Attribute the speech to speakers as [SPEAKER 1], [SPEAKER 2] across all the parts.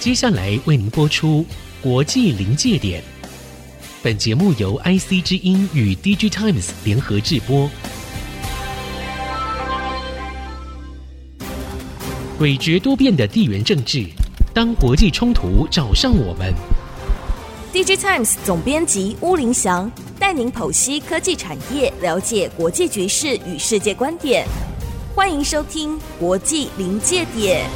[SPEAKER 1] 接下来为您播出《国际临界点》。本节目由 IC 之音与 DG Times 联合制播。诡谲多变的地缘政治，当国际冲突找上我们，
[SPEAKER 2] DG Times 总编辑乌林祥带您剖析科技产业，了解国际局势与世界观点。欢迎收听《国际临界点》。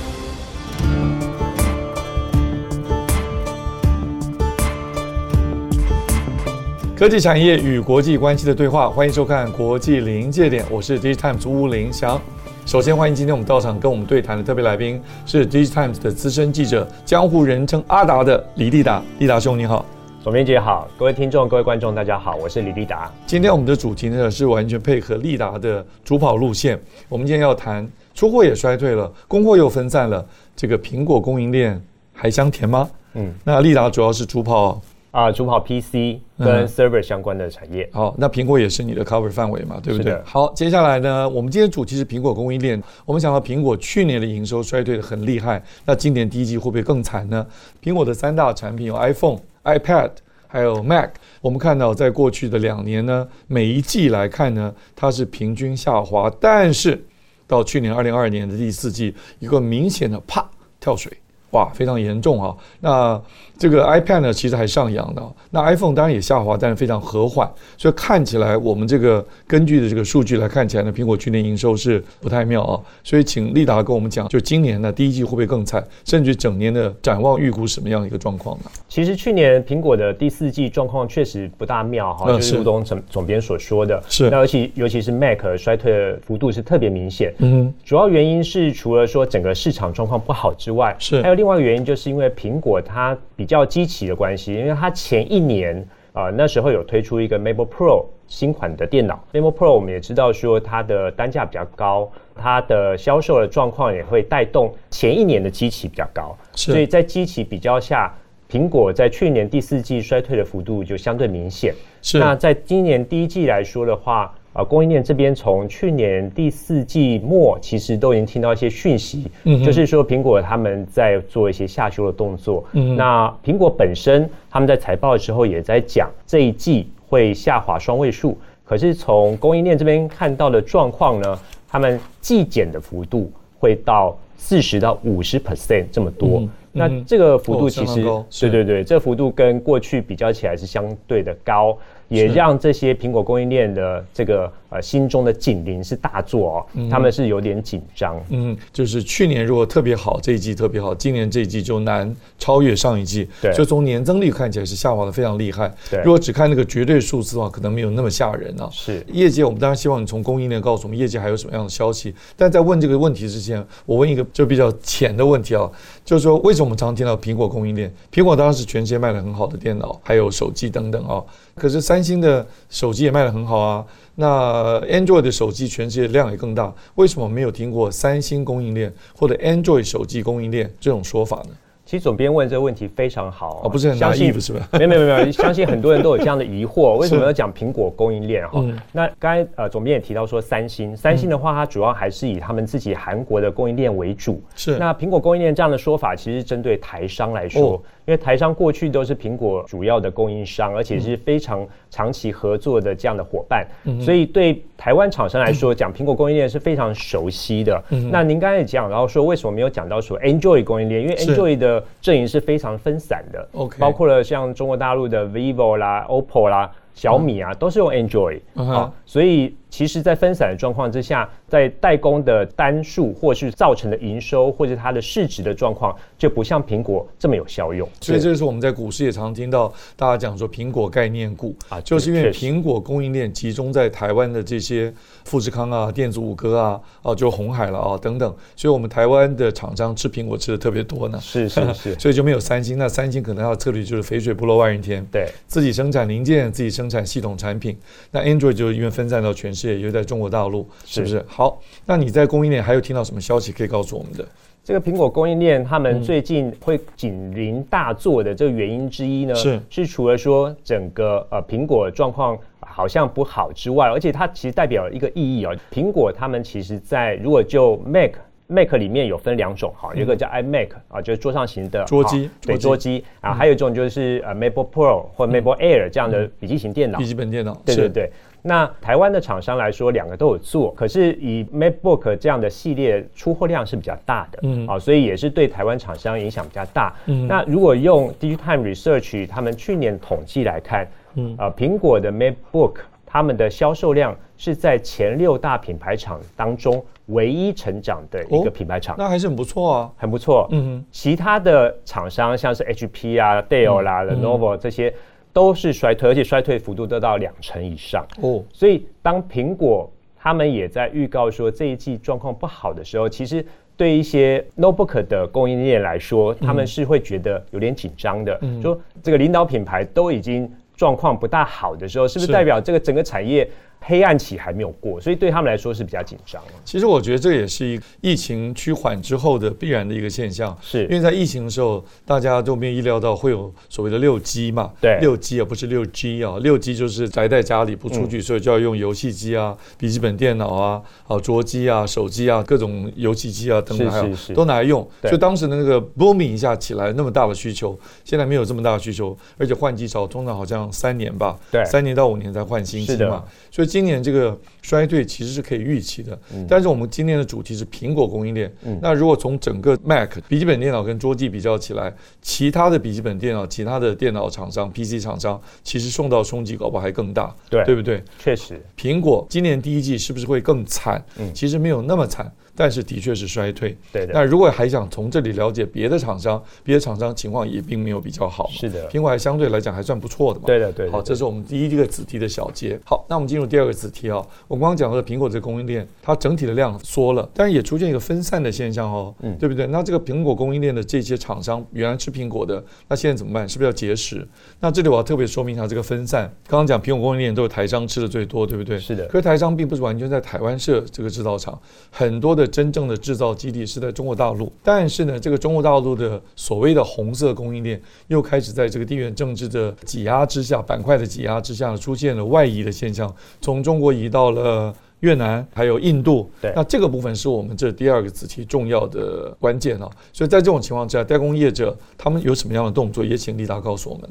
[SPEAKER 3] 科技产业与国际关系的对话，欢迎收看《国际临界点》，我是 Digitimes 乌林祥。首先欢迎今天我们到场跟我们对谈的特别来宾是 Digitimes 的资深记者，江湖人称阿达的李立达，立达兄你好。
[SPEAKER 4] 总编辑好，各位听众、各位观众，大家好，我是李立达。
[SPEAKER 3] 今天我们的主题呢是完全配合利达的主跑路线。我们今天要谈出货也衰退了，供货又分散了，这个苹果供应链还香甜吗？嗯
[SPEAKER 4] 嗯，
[SPEAKER 3] 那利达主要是主跑，
[SPEAKER 4] 啊，主跑 PC
[SPEAKER 3] 嗯
[SPEAKER 4] 跟 server 相关的产业。
[SPEAKER 3] 好，那苹果也是你的 cover 范围嘛，对不
[SPEAKER 4] 是
[SPEAKER 3] 对
[SPEAKER 4] 的？
[SPEAKER 3] 好，接下来呢，我们今天主题是苹果供应链。我们想到苹果去年的营收衰退的很厉害，那今年第一季会不会更惨呢？苹果的三大产品有 iPhone、iPad。还有 Mac，我们看到在过去的两年呢，每一季来看呢，它是平均下滑，但是到去年二零二二年的第四季，一个明显的啪跳水，哇，非常严重啊。那这个 iPad 呢，其实还上扬的哦，那 iPhone 当然也下滑，但是非常和缓，所以看起来我们这个根据的这个数据来看起来呢，苹果去年营收是不太妙啊。所以请利达跟我们讲，就今年呢第一季会不会更惨，甚至整年的展望预估什么样的一个状况啊呢？
[SPEAKER 4] 其实去年苹果的第四季状况确实不大妙哈，
[SPEAKER 3] 嗯
[SPEAKER 4] 就是是吴东总总编所说的。
[SPEAKER 3] 是
[SPEAKER 4] 那尤其尤其是 Mac 呃衰退的幅度是特别明显。
[SPEAKER 3] 嗯
[SPEAKER 4] 主要原因是除了说整个市场状况不好之外，
[SPEAKER 3] 是
[SPEAKER 4] 还有另外一个原因，就是因为苹果它比较积极的关系，因为它前一年啊、呃那时候有推出一个 MacBook Pro 新款的电脑，MacBook Pro 我们也知道说它的单价比较高，它的销售的状况也会带动前一年的基期比较高，
[SPEAKER 3] 是
[SPEAKER 4] 所以在基期比较下。苹果在去年第四季衰退的幅度就相对明显，
[SPEAKER 3] 是
[SPEAKER 4] 那在今年第一季来说的话，呃，供应链这边从去年第四季末，其实都已经听到一些讯息，
[SPEAKER 3] 嗯哼
[SPEAKER 4] 就是说苹果他们在做一些下修的动作。
[SPEAKER 3] 嗯哼
[SPEAKER 4] 那苹果本身他们在财报的时候也在讲，这一季会下滑双位数，可是从供应链这边看到的状况呢，他们季减的幅度会到四十到五十 percent 这么多。
[SPEAKER 3] 嗯
[SPEAKER 4] 那
[SPEAKER 3] 嗯哼
[SPEAKER 4] 这个幅
[SPEAKER 3] 哦
[SPEAKER 4] 度
[SPEAKER 3] 相
[SPEAKER 4] 其
[SPEAKER 3] 当
[SPEAKER 4] 实、
[SPEAKER 3] 高是
[SPEAKER 4] 对对对，这幅度跟过去比较起来是相对的高，也
[SPEAKER 3] 是
[SPEAKER 4] 让这些苹果供应链的这个呃心中的警铃是大作哦，他们是有点紧张。
[SPEAKER 3] 嗯，就是去年如果特别好，这一季特别好，今年这一季就难超越上一季。
[SPEAKER 4] 对
[SPEAKER 3] 所以从年增率看起来是下滑的非常厉害。
[SPEAKER 4] 对
[SPEAKER 3] 如果只看那个绝对数字的话，可能没有那么吓人啊。
[SPEAKER 4] 是
[SPEAKER 3] 业界，我们当然希望你从供应链告诉我们业界还有什么样的消息。但在问这个问题之前，我问一个就比较浅的问题啊，就是说为什么我们常听到苹果供应链？苹果当然是全世界卖的很好的电脑，还有手机等等啊。可是三星的手机也卖的很好啊，那 Android 的手机全世界量也更大，为什么没有听过三星供应链或者 Android 手机供应链这种说法呢？
[SPEAKER 4] 其实总编问这个问题非常好哦
[SPEAKER 3] 啊，不是很
[SPEAKER 4] 相信
[SPEAKER 3] naive 是吧？
[SPEAKER 4] 没有没有没有，相信很多人都有这样的疑 惑，为什么要讲苹果供应链
[SPEAKER 3] 嗯
[SPEAKER 4] 哈？那刚才呃总编也提到说三星，三星的话它主要还是以他们自己韩国的供应链为主。
[SPEAKER 3] 是
[SPEAKER 4] 那苹果供应链这样的说法，其实针对台商来说，
[SPEAKER 3] 哦
[SPEAKER 4] 因为台商过去都是苹果主要的供应商，而且是非常长期合作的这样的伙伴，
[SPEAKER 3] 嗯
[SPEAKER 4] 所以对台湾厂商来说，讲苹果供应链是非常熟悉的。那您刚才也讲到说，为什么没有讲到说 Android 供应链？因为
[SPEAKER 3] 是
[SPEAKER 4] Android 的阵营是非常分散的
[SPEAKER 3] OK
[SPEAKER 4] 包括了像中国大陆的 vivo 啦、OPPO 啦、小米啊，都是用 Android、
[SPEAKER 3] 嗯哼
[SPEAKER 4] 啊，所以其实，在分散的状况之下，在代工的单数或是造成的营收或者它的市值的状况，就不像苹果这么有效用。
[SPEAKER 3] 所以这就是我们在股市也常听到大家讲说苹果概念股
[SPEAKER 4] 啊
[SPEAKER 3] 就是因为
[SPEAKER 4] 确实
[SPEAKER 3] 苹果供应链集中在台湾的这些富士康啊、电子五哥啊、啊就红海了啊等等，所以我们台湾的厂商吃苹果吃的特别多呢，，
[SPEAKER 4] 是是是
[SPEAKER 3] 所以就没有三星。那三星可能它的策略就是肥水不落外人田，
[SPEAKER 4] 对。
[SPEAKER 3] 自己生产零件，自己生产系统产品。那 Android 就因为分散到全世界，又在中国大陆，是不是？好，那你在供应链还有听到什么消息可以告诉我们的？
[SPEAKER 4] 这个苹果供应链他
[SPEAKER 3] 嗯
[SPEAKER 4] 们最近会紧邻大作的这个原因之一呢，
[SPEAKER 3] 是
[SPEAKER 4] 除了说整个呃苹果状况好像不好之外，而且它其实代表一个意义哦，苹果他们其实在如果就 Mac。 Mac 里面有分两种哈，有一个叫 iMac 啊，就是桌上型的
[SPEAKER 3] 嗯桌机嗯
[SPEAKER 4] 啊对
[SPEAKER 3] 桌
[SPEAKER 4] 桌
[SPEAKER 3] 机
[SPEAKER 4] 机啊，还有一种就是呃 MacBook Pro 或 MacBook Air 这样的笔记型电脑
[SPEAKER 3] 笔。记本电脑，
[SPEAKER 4] 对
[SPEAKER 3] 是
[SPEAKER 4] 对对。那台湾的厂商来说，两个都有做，可是以 MacBook 这样的系列出货量是比较大的，
[SPEAKER 3] 嗯
[SPEAKER 4] 嗯，啊，所以也是对台湾厂商影响比较大。
[SPEAKER 3] 嗯
[SPEAKER 4] 嗯，那如果用 Digitime Research 他们去年统计来看，
[SPEAKER 3] 嗯
[SPEAKER 4] 嗯，啊，苹果的 MacBook 他们的销售量是在前六大品牌厂当中唯一成长的一
[SPEAKER 3] 哦
[SPEAKER 4] 个品牌厂，
[SPEAKER 3] 那还是很不错啊。
[SPEAKER 4] 很不错。
[SPEAKER 3] 嗯哼，
[SPEAKER 4] 其他的厂商像是 HP 啊、Dell 啦、Lenovo
[SPEAKER 3] 嗯
[SPEAKER 4] 这些都是衰退，而且衰退幅度都到两成以上。
[SPEAKER 3] 哦，
[SPEAKER 4] 所以当苹果他们也在预告说这一季状况不好的时候，其实对一些 notebook 的供应链来说，他们是会觉得有点紧张的。说这个领导品牌都已经状况不大好的时候，是不
[SPEAKER 3] 是
[SPEAKER 4] 是代表这个整个产业黑暗期还没有过？所以对他们来说是比较紧张的。
[SPEAKER 3] 其实我觉得这也是一疫情趋缓之后的必然的一个现象，
[SPEAKER 4] 是
[SPEAKER 3] 因为在疫情的时候，大家都没有意料到会有所谓的六 G 嘛，
[SPEAKER 4] 对
[SPEAKER 3] 六 G 啊不是六 G 啊，六 G 就是宅在家里不出
[SPEAKER 4] 嗯
[SPEAKER 3] 去，所以就要用游戏机啊、笔记本电脑啊、啊桌机啊、手机啊、各种游戏机啊等等，
[SPEAKER 4] 是
[SPEAKER 3] 还有
[SPEAKER 4] 是是
[SPEAKER 3] 都拿来用，
[SPEAKER 4] 对
[SPEAKER 3] 所以当时的那个 booming 一下起来那么大的需求，现在没有这么大的需求，而且换机潮通常好像三年吧，
[SPEAKER 4] 对
[SPEAKER 3] 三年到五年才换新机
[SPEAKER 4] 是的
[SPEAKER 3] 嘛，所以今年这个衰退其实是可以预期的。
[SPEAKER 4] 嗯
[SPEAKER 3] 但是我们今天的主题是苹果供应链。那如果从整个 Mac 笔记本电脑跟桌机比较起来，其他的笔记本电脑、其他的电脑厂商、PC 厂商，其实受到冲击搞不好还更大，
[SPEAKER 4] 对
[SPEAKER 3] 对不对？
[SPEAKER 4] 确实，
[SPEAKER 3] 苹果今年第一季是不是会更惨？
[SPEAKER 4] 嗯
[SPEAKER 3] 其实没有那么惨，但是的确是衰退。
[SPEAKER 4] 对的
[SPEAKER 3] 那如果还想从这里了解别的厂商，别的厂商情况也并没有比较好嘛。
[SPEAKER 4] 是的
[SPEAKER 3] 苹果还相对来讲还算不错的嘛。
[SPEAKER 4] 对的对的
[SPEAKER 3] 好，
[SPEAKER 4] 对的
[SPEAKER 3] 这是我们第一个子题的小结。好，那我们进入第二个子题啊、我刚刚讲到的苹果这个供应链，它整体的量缩了，但是也出现一个分散的现象哦，
[SPEAKER 4] 嗯
[SPEAKER 3] 对不对？那这个苹果供应链的这些厂商原来吃苹果的，那现在怎么办？是不是要节食？那这里我要特别说明一下这个分散。刚刚讲苹果供应链都是台商吃的最多，对不对？
[SPEAKER 4] 是的
[SPEAKER 3] 可是台商并不是完全在台湾设这个制造厂，很多的真正的制造基地是在中国大陆。但是呢，这个中国大陆的所谓的红色供应链，又开始在这个地缘政治的挤压之下、板块的挤压之下，出现了外移的现象，从中国移到了。越南还有印度，
[SPEAKER 4] 对
[SPEAKER 3] 那这个部分是我们这第二个子题重要的关键啊。所以在这种情况之下，代工业者他们有什么样的动作，也请丽达告诉我们。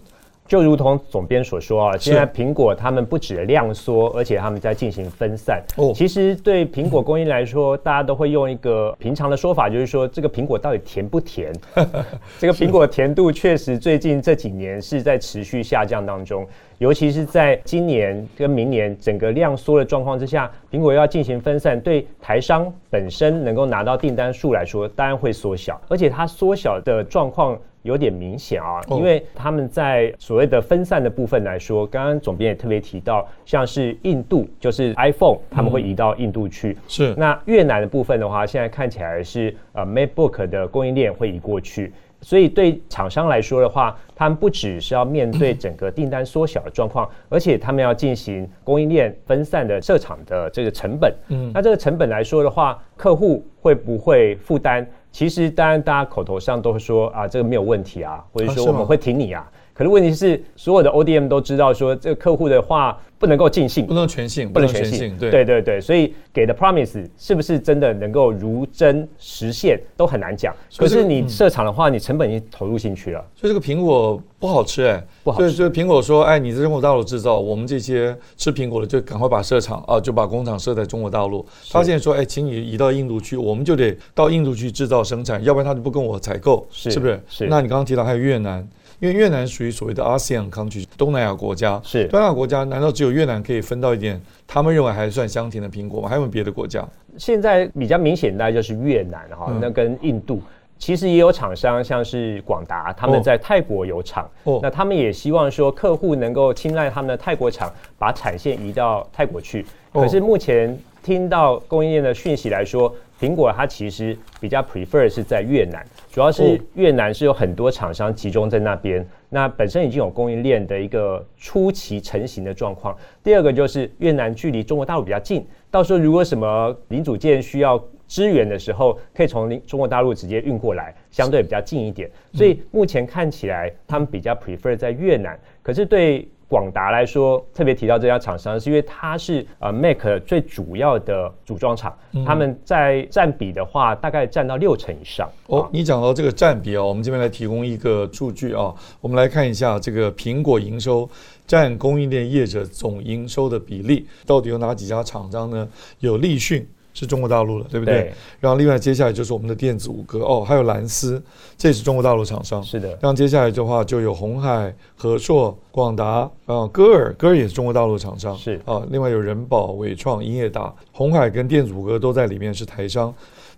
[SPEAKER 4] 就如同总编所说啊，
[SPEAKER 3] 是
[SPEAKER 4] 现在苹果他们不止量缩，而且他们在进行分散。
[SPEAKER 3] 哦
[SPEAKER 4] 其实对苹果供应来说，大家都会用一个平常的说法，就是说这个苹果到底甜 不甜？这个苹果甜度确实最近这几年是在持续下降当中，尤其是在今年跟明年整个量缩的状况之下，苹果要进行分散，对台商本身能够拿到订单数来说，当然会缩小，而且它缩小的状况。有点明显啊，
[SPEAKER 3] 哦
[SPEAKER 4] 因为他们在所谓的分散的部分来说，刚刚总编也特别提到，像是印度，就是 iPhone，他们会移到印度去。
[SPEAKER 3] 是
[SPEAKER 4] 那越南的部分的话，现在看起来是呃 MacBook 的供应链会移过去，所以对厂商来说的话，他们不只是要面对整个订单缩小的状况，而且他们要进行供应链分散的设厂的这个成本。嗯，那这个成本来说的话，客户会不会负担？其实当然，大家口头上都会说啊，这个没有问题啊，或者
[SPEAKER 3] 啊是
[SPEAKER 4] 说
[SPEAKER 3] 吗
[SPEAKER 4] 我们会挺你啊。可是问题是，所有的 ODM 都知道说，这个客户的话不能够尽信
[SPEAKER 3] 不，能全信，
[SPEAKER 4] 不能全信，
[SPEAKER 3] 对
[SPEAKER 4] 对对对所以给的 promise 是不是真的能够如真实现都很难讲。
[SPEAKER 3] 所
[SPEAKER 4] 可
[SPEAKER 3] 以这个嗯
[SPEAKER 4] 是你设厂的话，你成本已经投入进去了，
[SPEAKER 3] 所以这个苹果不好吃哎，
[SPEAKER 4] 不好
[SPEAKER 3] 所以
[SPEAKER 4] 吃
[SPEAKER 3] 所以苹果说，哎，你在中国大陆制造，我们这些吃苹果的就赶快把设厂啊，就把工厂设在中国大陆。他现在说，哎，请你移到印度去，我们就得到印度去制造生产，要不然他就不跟我采购，
[SPEAKER 4] 是
[SPEAKER 3] 不是？
[SPEAKER 4] 是
[SPEAKER 3] 那你刚刚提到还有越南。因为越南属于所谓的 ASEAN country 东南亚国家，
[SPEAKER 4] 是
[SPEAKER 3] 东南亚国家，难道只有越南可以分到一点他们认为还算香甜的苹果吗？还有没有别的国家？
[SPEAKER 4] 现在比较明显，大概就是越南哈、
[SPEAKER 3] 嗯
[SPEAKER 4] 那跟印度。其实也有厂商，像是广达，他们
[SPEAKER 3] 哦
[SPEAKER 4] 在泰国有厂，
[SPEAKER 3] 哦
[SPEAKER 4] 那他们也希望说客户能够青睐他们的泰国厂，把产线移到泰国去。
[SPEAKER 3] 哦
[SPEAKER 4] 可是目前听到供应链的讯息来说，苹果它其实比较 prefer 是在越南，主要
[SPEAKER 3] 哦
[SPEAKER 4] 是越南是有很多厂商集中在那边，那本身已经有供应链的一个初期成型的状况。第二个就是越南距离中国大陆比较近，到时候如果什么零组件需要支援的时候，可以从零中国大陆直接运过来，相对比较近一点。所以目前看起来他们比较 prefer 在越南，可是对。广达来说，特别提到这家厂商，是因为它是呃 Mac 最主要的组装厂，
[SPEAKER 3] 嗯
[SPEAKER 4] 他们在占比的话，大概占到六成以上。
[SPEAKER 3] 哦，你讲到这个占比啊，我们这边来提供一个数据啊，我们来看一下这个苹果营收占供应链业者总营收的比例，到底有哪几家厂商呢？有立讯是中国大陆的，对不对？
[SPEAKER 4] 对
[SPEAKER 3] 然后另外接下来就是我们的电子五哥哦，还有蓝思，这也是中国大陆厂商。
[SPEAKER 4] 是的，
[SPEAKER 3] 像接下来的话，就有红海、和硕、广达，啊，歌尔，歌尔也是中国大陆厂商，
[SPEAKER 4] 是
[SPEAKER 3] 啊，另外有人保、伟创、英业达、红海跟电子谷歌都在里面是台商，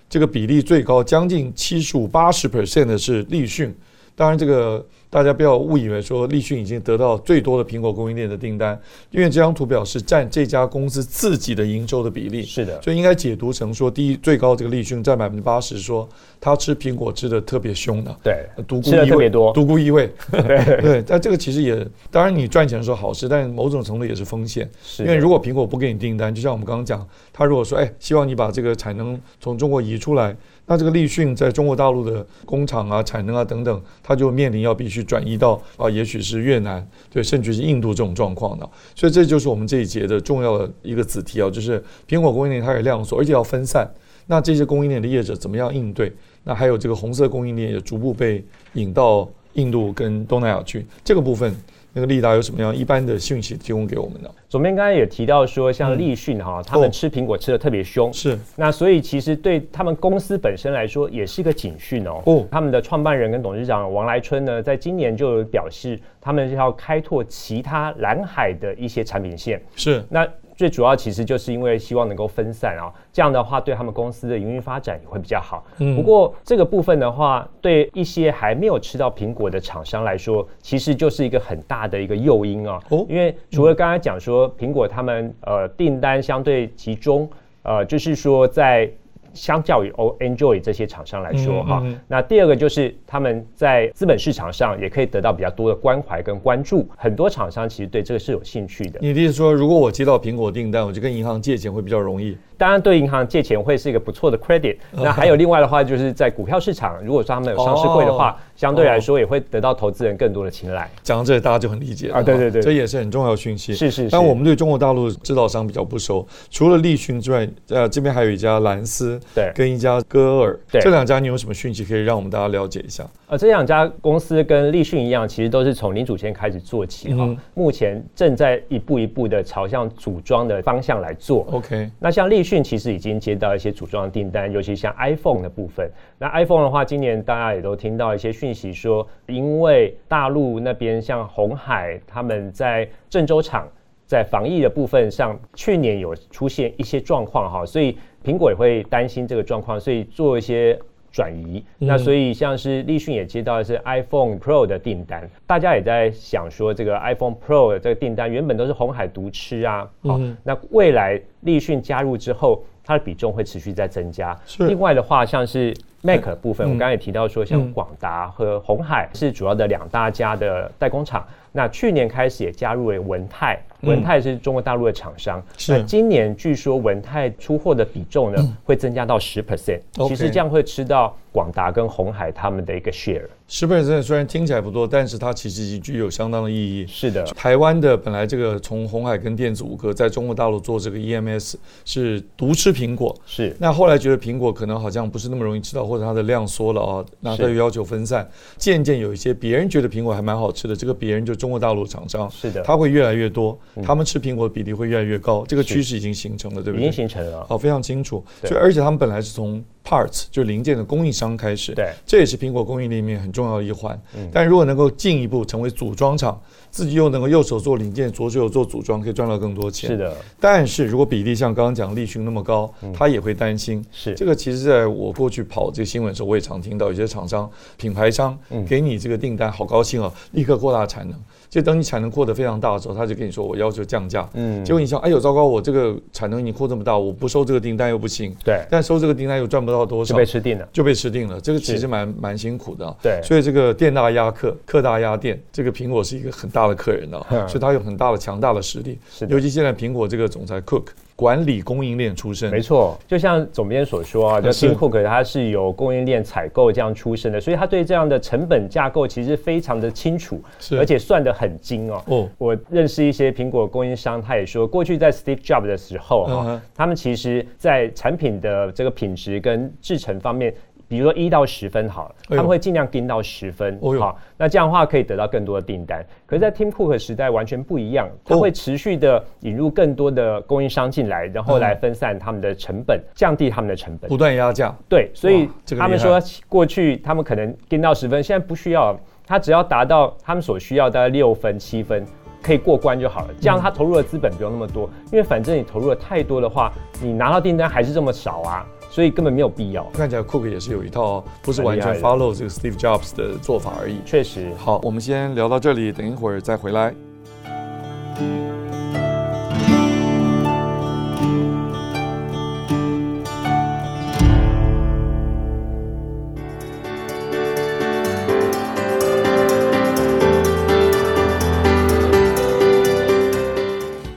[SPEAKER 3] 这个比例最高，将近七十五八十 percent 的是立讯。当然，这个大家不要误以为说立讯已经得到最多的苹果供应链的订单，因为这张图表是占这家公司自己的营收的比例，
[SPEAKER 4] 是的，
[SPEAKER 3] 所以应该解读成说，第一最高这个立讯占百分之八十，说他吃苹果吃的特别凶的，
[SPEAKER 4] 对，
[SPEAKER 3] 独孤
[SPEAKER 4] 吃的
[SPEAKER 3] 异
[SPEAKER 4] 特
[SPEAKER 3] 味
[SPEAKER 4] 别多
[SPEAKER 3] 独孤异 味。对，但这个其实也，当然你赚钱的时候好事，但某种程度也是风险。
[SPEAKER 4] 是
[SPEAKER 3] 因
[SPEAKER 4] 的
[SPEAKER 3] 为如果苹果不给你订单，就像我们刚刚讲，他如果说，哎，希望你把这个产能从中国移出来，那这个立讯在中国大陆的工厂啊、产能啊等等，它就面临要必须转移到啊，也许是越南，对，甚至是印度这种状况的。所以这就是我们这一节的重要的一个子题啊，就是苹果供应链它有量缩，而且要分散。那这些供应链的业者怎么样应对？那还有这个红色供应链也逐步被引到印度跟东南亚去，这个部分那个利达有什么样一般的讯息提供给我们呢？
[SPEAKER 4] 总编刚才也提到说，像立讯哈，他
[SPEAKER 3] 哦
[SPEAKER 4] 们吃苹果吃的特别凶，
[SPEAKER 3] 是
[SPEAKER 4] 那所以其实对他们公司本身来说也是一个警讯哦。
[SPEAKER 3] 哦
[SPEAKER 4] 他们的创办人跟董事长王来春呢，在今年就有表示，他们要开拓其他蓝海的一些产品线。
[SPEAKER 3] 是
[SPEAKER 4] 那最主要其实就是因为希望能够分散啊，这样的话对他们公司的营运发展也会比较好。
[SPEAKER 3] 嗯
[SPEAKER 4] 不过这个部分的话，对一些还没有吃到苹果的厂商来说，其实就是一个很大的一个诱因啊。
[SPEAKER 3] 哦
[SPEAKER 4] 因为除了刚才讲说苹果他们呃订单相对集中，呃，就是说在相较于 O Enjoy 这些厂商来说
[SPEAKER 3] 嗯
[SPEAKER 4] 哈、
[SPEAKER 3] 嗯
[SPEAKER 4] 那第二个就是他们在资本市场上也可以得到比较多的关怀跟关注，很多厂商其实对这个是有兴趣的。
[SPEAKER 3] 你的意思说，如果我接到苹果订单，我就跟银行借钱会比较容易？
[SPEAKER 4] 当然，对银行借钱会是一个不错的 credit。那还有另外的话，就是在股票市场，如果说他们有上市会的话，
[SPEAKER 3] 哦
[SPEAKER 4] 相对来说也会得到投资人更多的青睐。
[SPEAKER 3] 讲到这里，大家就很理解了
[SPEAKER 4] 啊对对对
[SPEAKER 3] 这也是很重要的讯息。
[SPEAKER 4] 是是是
[SPEAKER 3] 但我们对中国大陆制造商比较不熟，除了立讯之外，呃，这边还有一家蓝思，
[SPEAKER 4] 对
[SPEAKER 3] 跟一家歌尔，
[SPEAKER 4] 对
[SPEAKER 3] 这两家你有什么讯息可以让我们大家了解一下？
[SPEAKER 4] 呃，这两家公司跟立讯一样，其实都是从零组件开始做起哈、目前正在一步一步的朝向组装的方向来做。
[SPEAKER 3] OK，
[SPEAKER 4] 那像立讯其实已经接到一些组装的订单，尤其像 iPhone 的部分。那 iPhone 的话，今年大家也都听到一些讯息说，因为大陆那边像红海他们在郑州厂在防疫的部分上，去年有出现一些状况哈，所以苹果也会担心这个状况，所以做一些。转移，那
[SPEAKER 3] 嗯
[SPEAKER 4] 所以像是立讯也接到的是 iPhone Pro 的订单，大家也在想说这个 iPhone Pro 的这个订单原本都是红海独吃啊，
[SPEAKER 3] 嗯
[SPEAKER 4] 好、那未来立讯加入之后，它的比重会持续在增加。
[SPEAKER 3] 是嗯
[SPEAKER 4] 另外的话，像是 Mac 的部分，我刚才也提到说，像广达和红海是主要的两大家的代工厂。那去年开始也加入了文泰，文泰是中国大陆的厂商。
[SPEAKER 3] 嗯是嗯
[SPEAKER 4] 那今年据说文泰出货的比重呢、会增加到十 percent，
[SPEAKER 3] OK
[SPEAKER 4] 其实这样会吃到广达跟红海他们的一个 share。
[SPEAKER 3] 十 percent 虽然听起来不多，但是它其实已经具有相当的意义。
[SPEAKER 4] 是的，
[SPEAKER 3] 台湾的本来这个从红海跟电子五哥在中国大陆做这个 EMS 是独吃苹果，
[SPEAKER 4] 是
[SPEAKER 3] 那后来觉得苹果可能好像不是那么容易吃到，或者它的量缩了啊，那它又
[SPEAKER 4] 是
[SPEAKER 3] 要求分散，渐渐有一些别人觉得苹果还蛮好吃的，这个别人就中国大陆厂商，
[SPEAKER 4] 是的嗯
[SPEAKER 3] 它会越来越多，他们吃苹果的比例会越来越高，这个趋势已经形成了，对不
[SPEAKER 4] 已
[SPEAKER 3] 对？
[SPEAKER 4] 经形成了。
[SPEAKER 3] 好，非常清楚。
[SPEAKER 4] 对
[SPEAKER 3] 所以，而且他们本来是从 parts 就零件的供应商开始，
[SPEAKER 4] 对嗯
[SPEAKER 3] 这也是苹果供应链里面很重要的一环。但如果能够进一步成为组装厂，自己又能够右手做零件，左手做组装，可以赚到更多钱。
[SPEAKER 4] 是。的，
[SPEAKER 3] 但是如果比例像刚刚讲立讯那么高，他也会担心。
[SPEAKER 4] 嗯是
[SPEAKER 3] 这个，其实在我过去跑这个新闻的时候，我也常听到有些厂商、品牌商
[SPEAKER 4] 嗯
[SPEAKER 3] 给你这个订单，好高兴哦，立刻扩大产能。就等你产能扩得非常大的时候，他就跟你说我要求降价。嗯，结果你想，哎呦糟糕，我这个产能已经扩这么大，我不收这个订单又不行。
[SPEAKER 4] 对
[SPEAKER 3] 但收这个订单又赚不到多少，
[SPEAKER 4] 就被吃定了。
[SPEAKER 3] 就被吃定了。这个其
[SPEAKER 4] 是
[SPEAKER 3] 实蛮蛮辛苦的啊、
[SPEAKER 4] 对
[SPEAKER 3] 所以这个店大压客，客大压店，这个苹果是一个很大的客人啊，
[SPEAKER 4] 嗯
[SPEAKER 3] 所以它有很大的强大的实力。
[SPEAKER 4] 是的
[SPEAKER 3] 尤其现在苹果这个总裁 Cook。管理供应链出身，
[SPEAKER 4] 没错，就像总编所说啊，就是 Tim Cook 他是由供应链采购这样出身的，所以他对这样的成本架构其实非常的清楚，
[SPEAKER 3] 是
[SPEAKER 4] 而且算得很精哦。
[SPEAKER 3] 哦
[SPEAKER 4] 我认识一些苹果供应商，他也说，过去在 Steve Jobs 的时候哈、
[SPEAKER 3] 嗯哼
[SPEAKER 4] 他们其实在产品的这个品质跟制成方面。比如说一到十分好了，
[SPEAKER 3] 哎呦
[SPEAKER 4] 他们会尽量盯到十分，
[SPEAKER 3] 哦呦
[SPEAKER 4] 好，那这样的话可以得到更多的订单。可是，在 Tim Cook 时代完全不一样，它
[SPEAKER 3] 哦
[SPEAKER 4] 会持续的引入更多的供应商进来，然后来
[SPEAKER 3] 嗯
[SPEAKER 4] 分散他们的成本，降低他们的成本
[SPEAKER 3] 不。断压价，
[SPEAKER 4] 对，所以
[SPEAKER 3] 哇这个
[SPEAKER 4] 他们
[SPEAKER 3] 厉
[SPEAKER 4] 说
[SPEAKER 3] 害
[SPEAKER 4] 过去他们可能盯到十分，现在不需要，他只要达到他们所需要大概六分、七分。可以过关就好了，这样他投入的资本不用那么多，因为反正你投入的太多的话，你拿到订单还是这么少啊，所以根本没有必要。
[SPEAKER 3] 看起来 Cook 也是有一套哦，不是
[SPEAKER 4] 蛮
[SPEAKER 3] 完
[SPEAKER 4] 厉害
[SPEAKER 3] 全
[SPEAKER 4] 的
[SPEAKER 3] follow 这个 Steve Jobs 的做法而已。
[SPEAKER 4] 确实，
[SPEAKER 3] 好，我们先聊到这里，等一会儿再回来。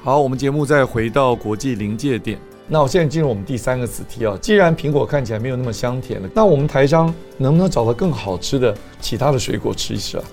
[SPEAKER 3] 好，我们节目再回到国际临界点。那我现在进入我们第三个子题啊，既然苹果看起来没有那么香甜了，那我们台商能不能找到更好吃的其他的水果吃一吃啊？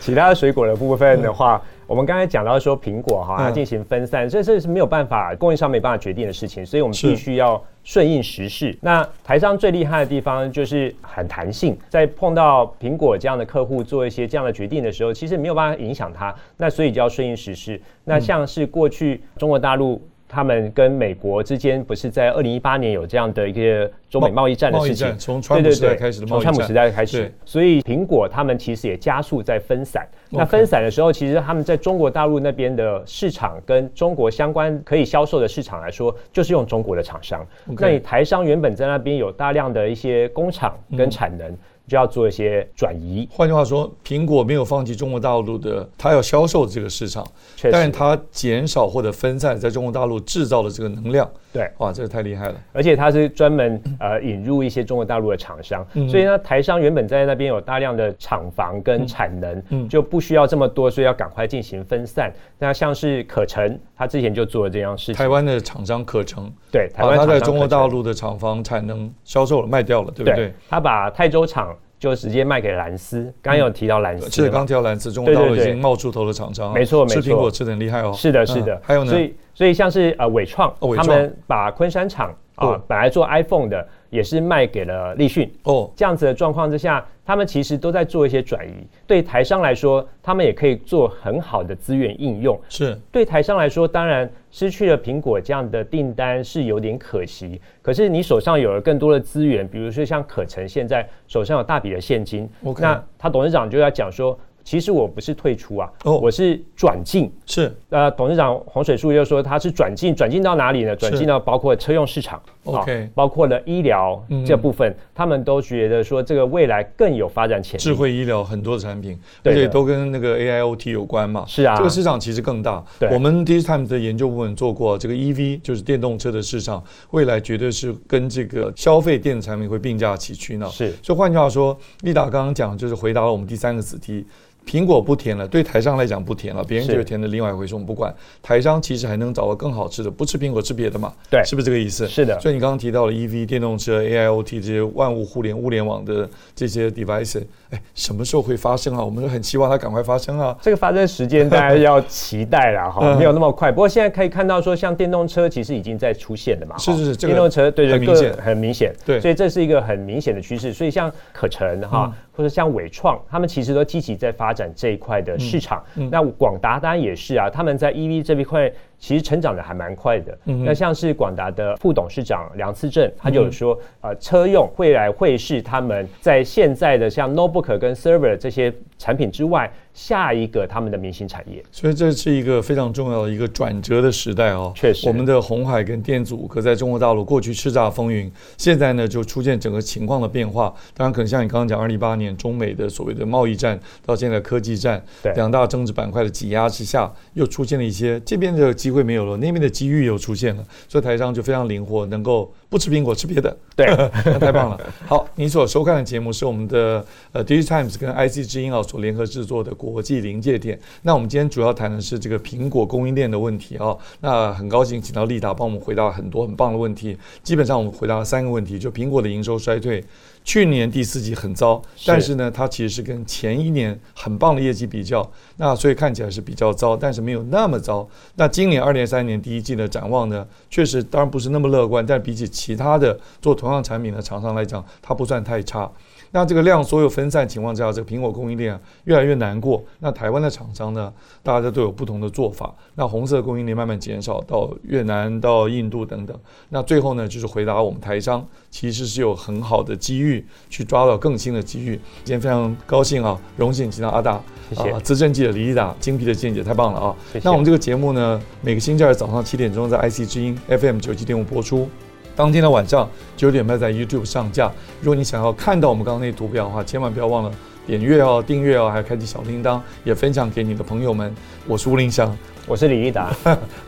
[SPEAKER 4] 其他的水果的部分的话，我们刚才讲到说苹果
[SPEAKER 3] 嗯
[SPEAKER 4] 哈，它进行分散，这这是没有办法供应商没办法决定的事情，所以我们
[SPEAKER 3] 是
[SPEAKER 4] 必须要顺应时势。那台商最厉害的地方就是很弹性，在碰到苹果这样的客户做一些这样的决定的时候，其实没有办法影响它，那所以就要顺应时势。
[SPEAKER 3] 嗯
[SPEAKER 4] 那像是过去中国大陆。他们跟美国之间不是在二零一八年有这样的一个中美贸易战的
[SPEAKER 3] 贸易
[SPEAKER 4] 事情
[SPEAKER 3] 战，从川普时代开始的贸易
[SPEAKER 4] 从川普
[SPEAKER 3] 战
[SPEAKER 4] 时代开始
[SPEAKER 3] 对，
[SPEAKER 4] 所以苹果他们其实也加速在分散。那
[SPEAKER 3] OK
[SPEAKER 4] 分散的时候，其实他们在中国大陆那边的市场跟中国相关可以销售的市场来说，就是用中国的厂商。
[SPEAKER 3] OK
[SPEAKER 4] 那你台商原本在那边有大量的一些工厂跟产
[SPEAKER 3] 嗯
[SPEAKER 4] 能，就要做一些转移。
[SPEAKER 3] 换句话说，苹果没有放弃中国大陆的它要销售的这个市场，
[SPEAKER 4] 确
[SPEAKER 3] 但是
[SPEAKER 4] 实，
[SPEAKER 3] 它减少或者分散在中国大陆制造的这个能量。
[SPEAKER 4] 对。
[SPEAKER 3] 哇，这个太厉害了！
[SPEAKER 4] 而且它是专门呃引入一些中国大陆的厂商，
[SPEAKER 3] 嗯
[SPEAKER 4] 所以呢，台商原本在那边有大量的厂房跟产
[SPEAKER 3] 嗯
[SPEAKER 4] 能，就不需要这么多，所以要赶快进行分散。那像是可成，他之前就做了这样事情，
[SPEAKER 3] 台湾的厂商可成，
[SPEAKER 4] 对，台
[SPEAKER 3] 把
[SPEAKER 4] 湾
[SPEAKER 3] 它哦
[SPEAKER 4] 厂
[SPEAKER 3] 在
[SPEAKER 4] 商
[SPEAKER 3] 中国
[SPEAKER 4] 可成
[SPEAKER 3] 大陆的厂房产能销售了、卖掉了，对不
[SPEAKER 4] 对
[SPEAKER 3] 对？
[SPEAKER 4] 他把泰州厂就直接卖给兰斯，刚刚有提到兰斯嘛，
[SPEAKER 3] 嗯是刚提到蓝字，中国
[SPEAKER 4] 对
[SPEAKER 3] 大
[SPEAKER 4] 对
[SPEAKER 3] 陆已
[SPEAKER 4] 对
[SPEAKER 3] 经冒出头的厂商啊，
[SPEAKER 4] 没错没
[SPEAKER 3] 吃苹
[SPEAKER 4] 错
[SPEAKER 3] 果吃的很厉害哦。
[SPEAKER 4] 是的，是的
[SPEAKER 3] 嗯。还有呢
[SPEAKER 4] 所，以所以像是呃伟创
[SPEAKER 3] 哦伟，
[SPEAKER 4] 他
[SPEAKER 3] 创
[SPEAKER 4] 们把昆山厂啊
[SPEAKER 3] 哦
[SPEAKER 4] 本来做 iPhone 的，也是卖给了立讯。
[SPEAKER 3] 哦，
[SPEAKER 4] 这样子的状况之下，他们其实都在做一些转移。对台商来说，他们也可以做很好的资源应用。
[SPEAKER 3] 是
[SPEAKER 4] 对台商来说，当然失去了苹果这样的订单是有点可惜。可是你手上有了更多的资源，比如说像可成现在手上有大笔的现金
[SPEAKER 3] OK
[SPEAKER 4] 那他董事长就要讲说，其实我不是退出啊
[SPEAKER 3] 哦
[SPEAKER 4] 我是转进。
[SPEAKER 3] 是
[SPEAKER 4] 呃，董事长洪水树又说他是转进，转进到哪里呢？转进到包括车用市场啊
[SPEAKER 3] OK 嗯
[SPEAKER 4] 包括了医疗这部分，他们都觉得说这个未来更有发展潜力。
[SPEAKER 3] 智慧医疗很多的产品，而
[SPEAKER 4] 对的
[SPEAKER 3] 且都跟那个 AIoT 有关嘛。
[SPEAKER 4] 是啊
[SPEAKER 3] 这个市场其实更大。
[SPEAKER 4] 对
[SPEAKER 3] 我们 Digitimes 的研究部门做过，这个 EV 就是电动车的市场，未来绝对是跟这个消费电子产品会并驾齐驱呢。
[SPEAKER 4] 是
[SPEAKER 3] 所以换句话说，丽达刚刚讲就是回答了我们第三个子题。苹果不甜了，对台商来讲不甜了，别人
[SPEAKER 4] 是
[SPEAKER 3] 觉得甜的另外一回事，我们不管。台商其实还能找到更好吃的，不吃苹果吃别的嘛，
[SPEAKER 4] 对
[SPEAKER 3] 是不是这个意思？
[SPEAKER 4] 是的
[SPEAKER 3] 所以你刚刚提到了 EV、电动车、AIoT 这些万物互联、物联网的这些 device，哎，什么时候会发生啊？我们很希望它赶快发生啊。
[SPEAKER 4] 这个发生时间大 家要期待啦，哈，
[SPEAKER 3] 嗯
[SPEAKER 4] 没有那么快。不过现在可以看到说，像电动车其实已经在出现了嘛，
[SPEAKER 3] 是
[SPEAKER 4] 哈
[SPEAKER 3] 是是这个
[SPEAKER 4] 电动车对对
[SPEAKER 3] 很明
[SPEAKER 4] 各
[SPEAKER 3] 显
[SPEAKER 4] 很明显，
[SPEAKER 3] 对
[SPEAKER 4] 所以这是一个很明显的趋势。所以像可成哈，或者像伟创，他们其实都积极在发展这一块的市场。那广达当然也是啊，他们在 EV 这一块其实成长的还蛮快的。那像是广达的副董事长梁思正，他就有说，呃，车用未来会是他们在现在的像 notebook 跟 server 这些产品之外，下一个他们的明星产业。
[SPEAKER 3] 所以这是一个非常重要的一个转折的时代哦。
[SPEAKER 4] 确实
[SPEAKER 3] 我们的红海跟电阻可在中国大陆过去叱咤风云，现在呢就出现整个情况的变化。当然，可能像你刚刚讲，二零一八年中美的所谓的贸易战，到现在科技战
[SPEAKER 4] 对，
[SPEAKER 3] 两大政治板块的挤压之下，又出现了一些这边的机会没有了，那边的机遇又出现了，所以台商就非常灵活，能够不吃苹果吃别的，
[SPEAKER 4] 对
[SPEAKER 3] 那太棒了。好，你所收看的节目是我们的呃 d i g i Times 跟 IC 之音啊所联合制作的国际临界点。那我们今天主要谈的是这个苹果供应链的问题啊。那很高兴请到丽达帮我们回答很多很棒的问题。基本上我们回答了三个问题，就苹果的营收衰退，去年第四季很糟，但是呢，它其实是跟前一年很棒的业绩比较，那所以看起来是比较糟，但是没有那么糟。那今年二零三年第一季的展望呢，确实当然不是那么乐观，但比起其他的做同样产品的厂商来讲，它不算太差。那这个量所有分散情况之下，这个苹果供应链啊越来越难过。那台湾的厂商呢，大家都有不同的做法。那红色供应链慢慢减少到越南、到印度等等。那最后呢，就是回答我们台商其实是有很好的机遇去抓到更新的机遇。今天非常高兴啊，荣幸请到阿达，
[SPEAKER 4] 谢谢
[SPEAKER 3] 啊，资深记者李丽达，精辟的见解，太棒了啊！
[SPEAKER 4] 谢谢
[SPEAKER 3] 那我们这个节目呢，每个星期二早上七点钟在 IC 之音 FM 九七点五播出。当天的晚上九点半在 YouTube 上架。如果你想要看到我们刚刚那图表的话，千万不要忘了点阅哦、订阅哦，还有开启小铃铛，也分享给你的朋友们。我是吴林祥，
[SPEAKER 4] 我是李益达，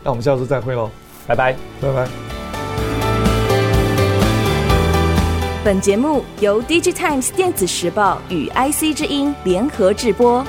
[SPEAKER 3] 那我们下次再会喽，
[SPEAKER 4] 拜拜。
[SPEAKER 3] 拜拜。
[SPEAKER 2] 本节目由 DigiTimes 电子时报与 IC 之音联合制播。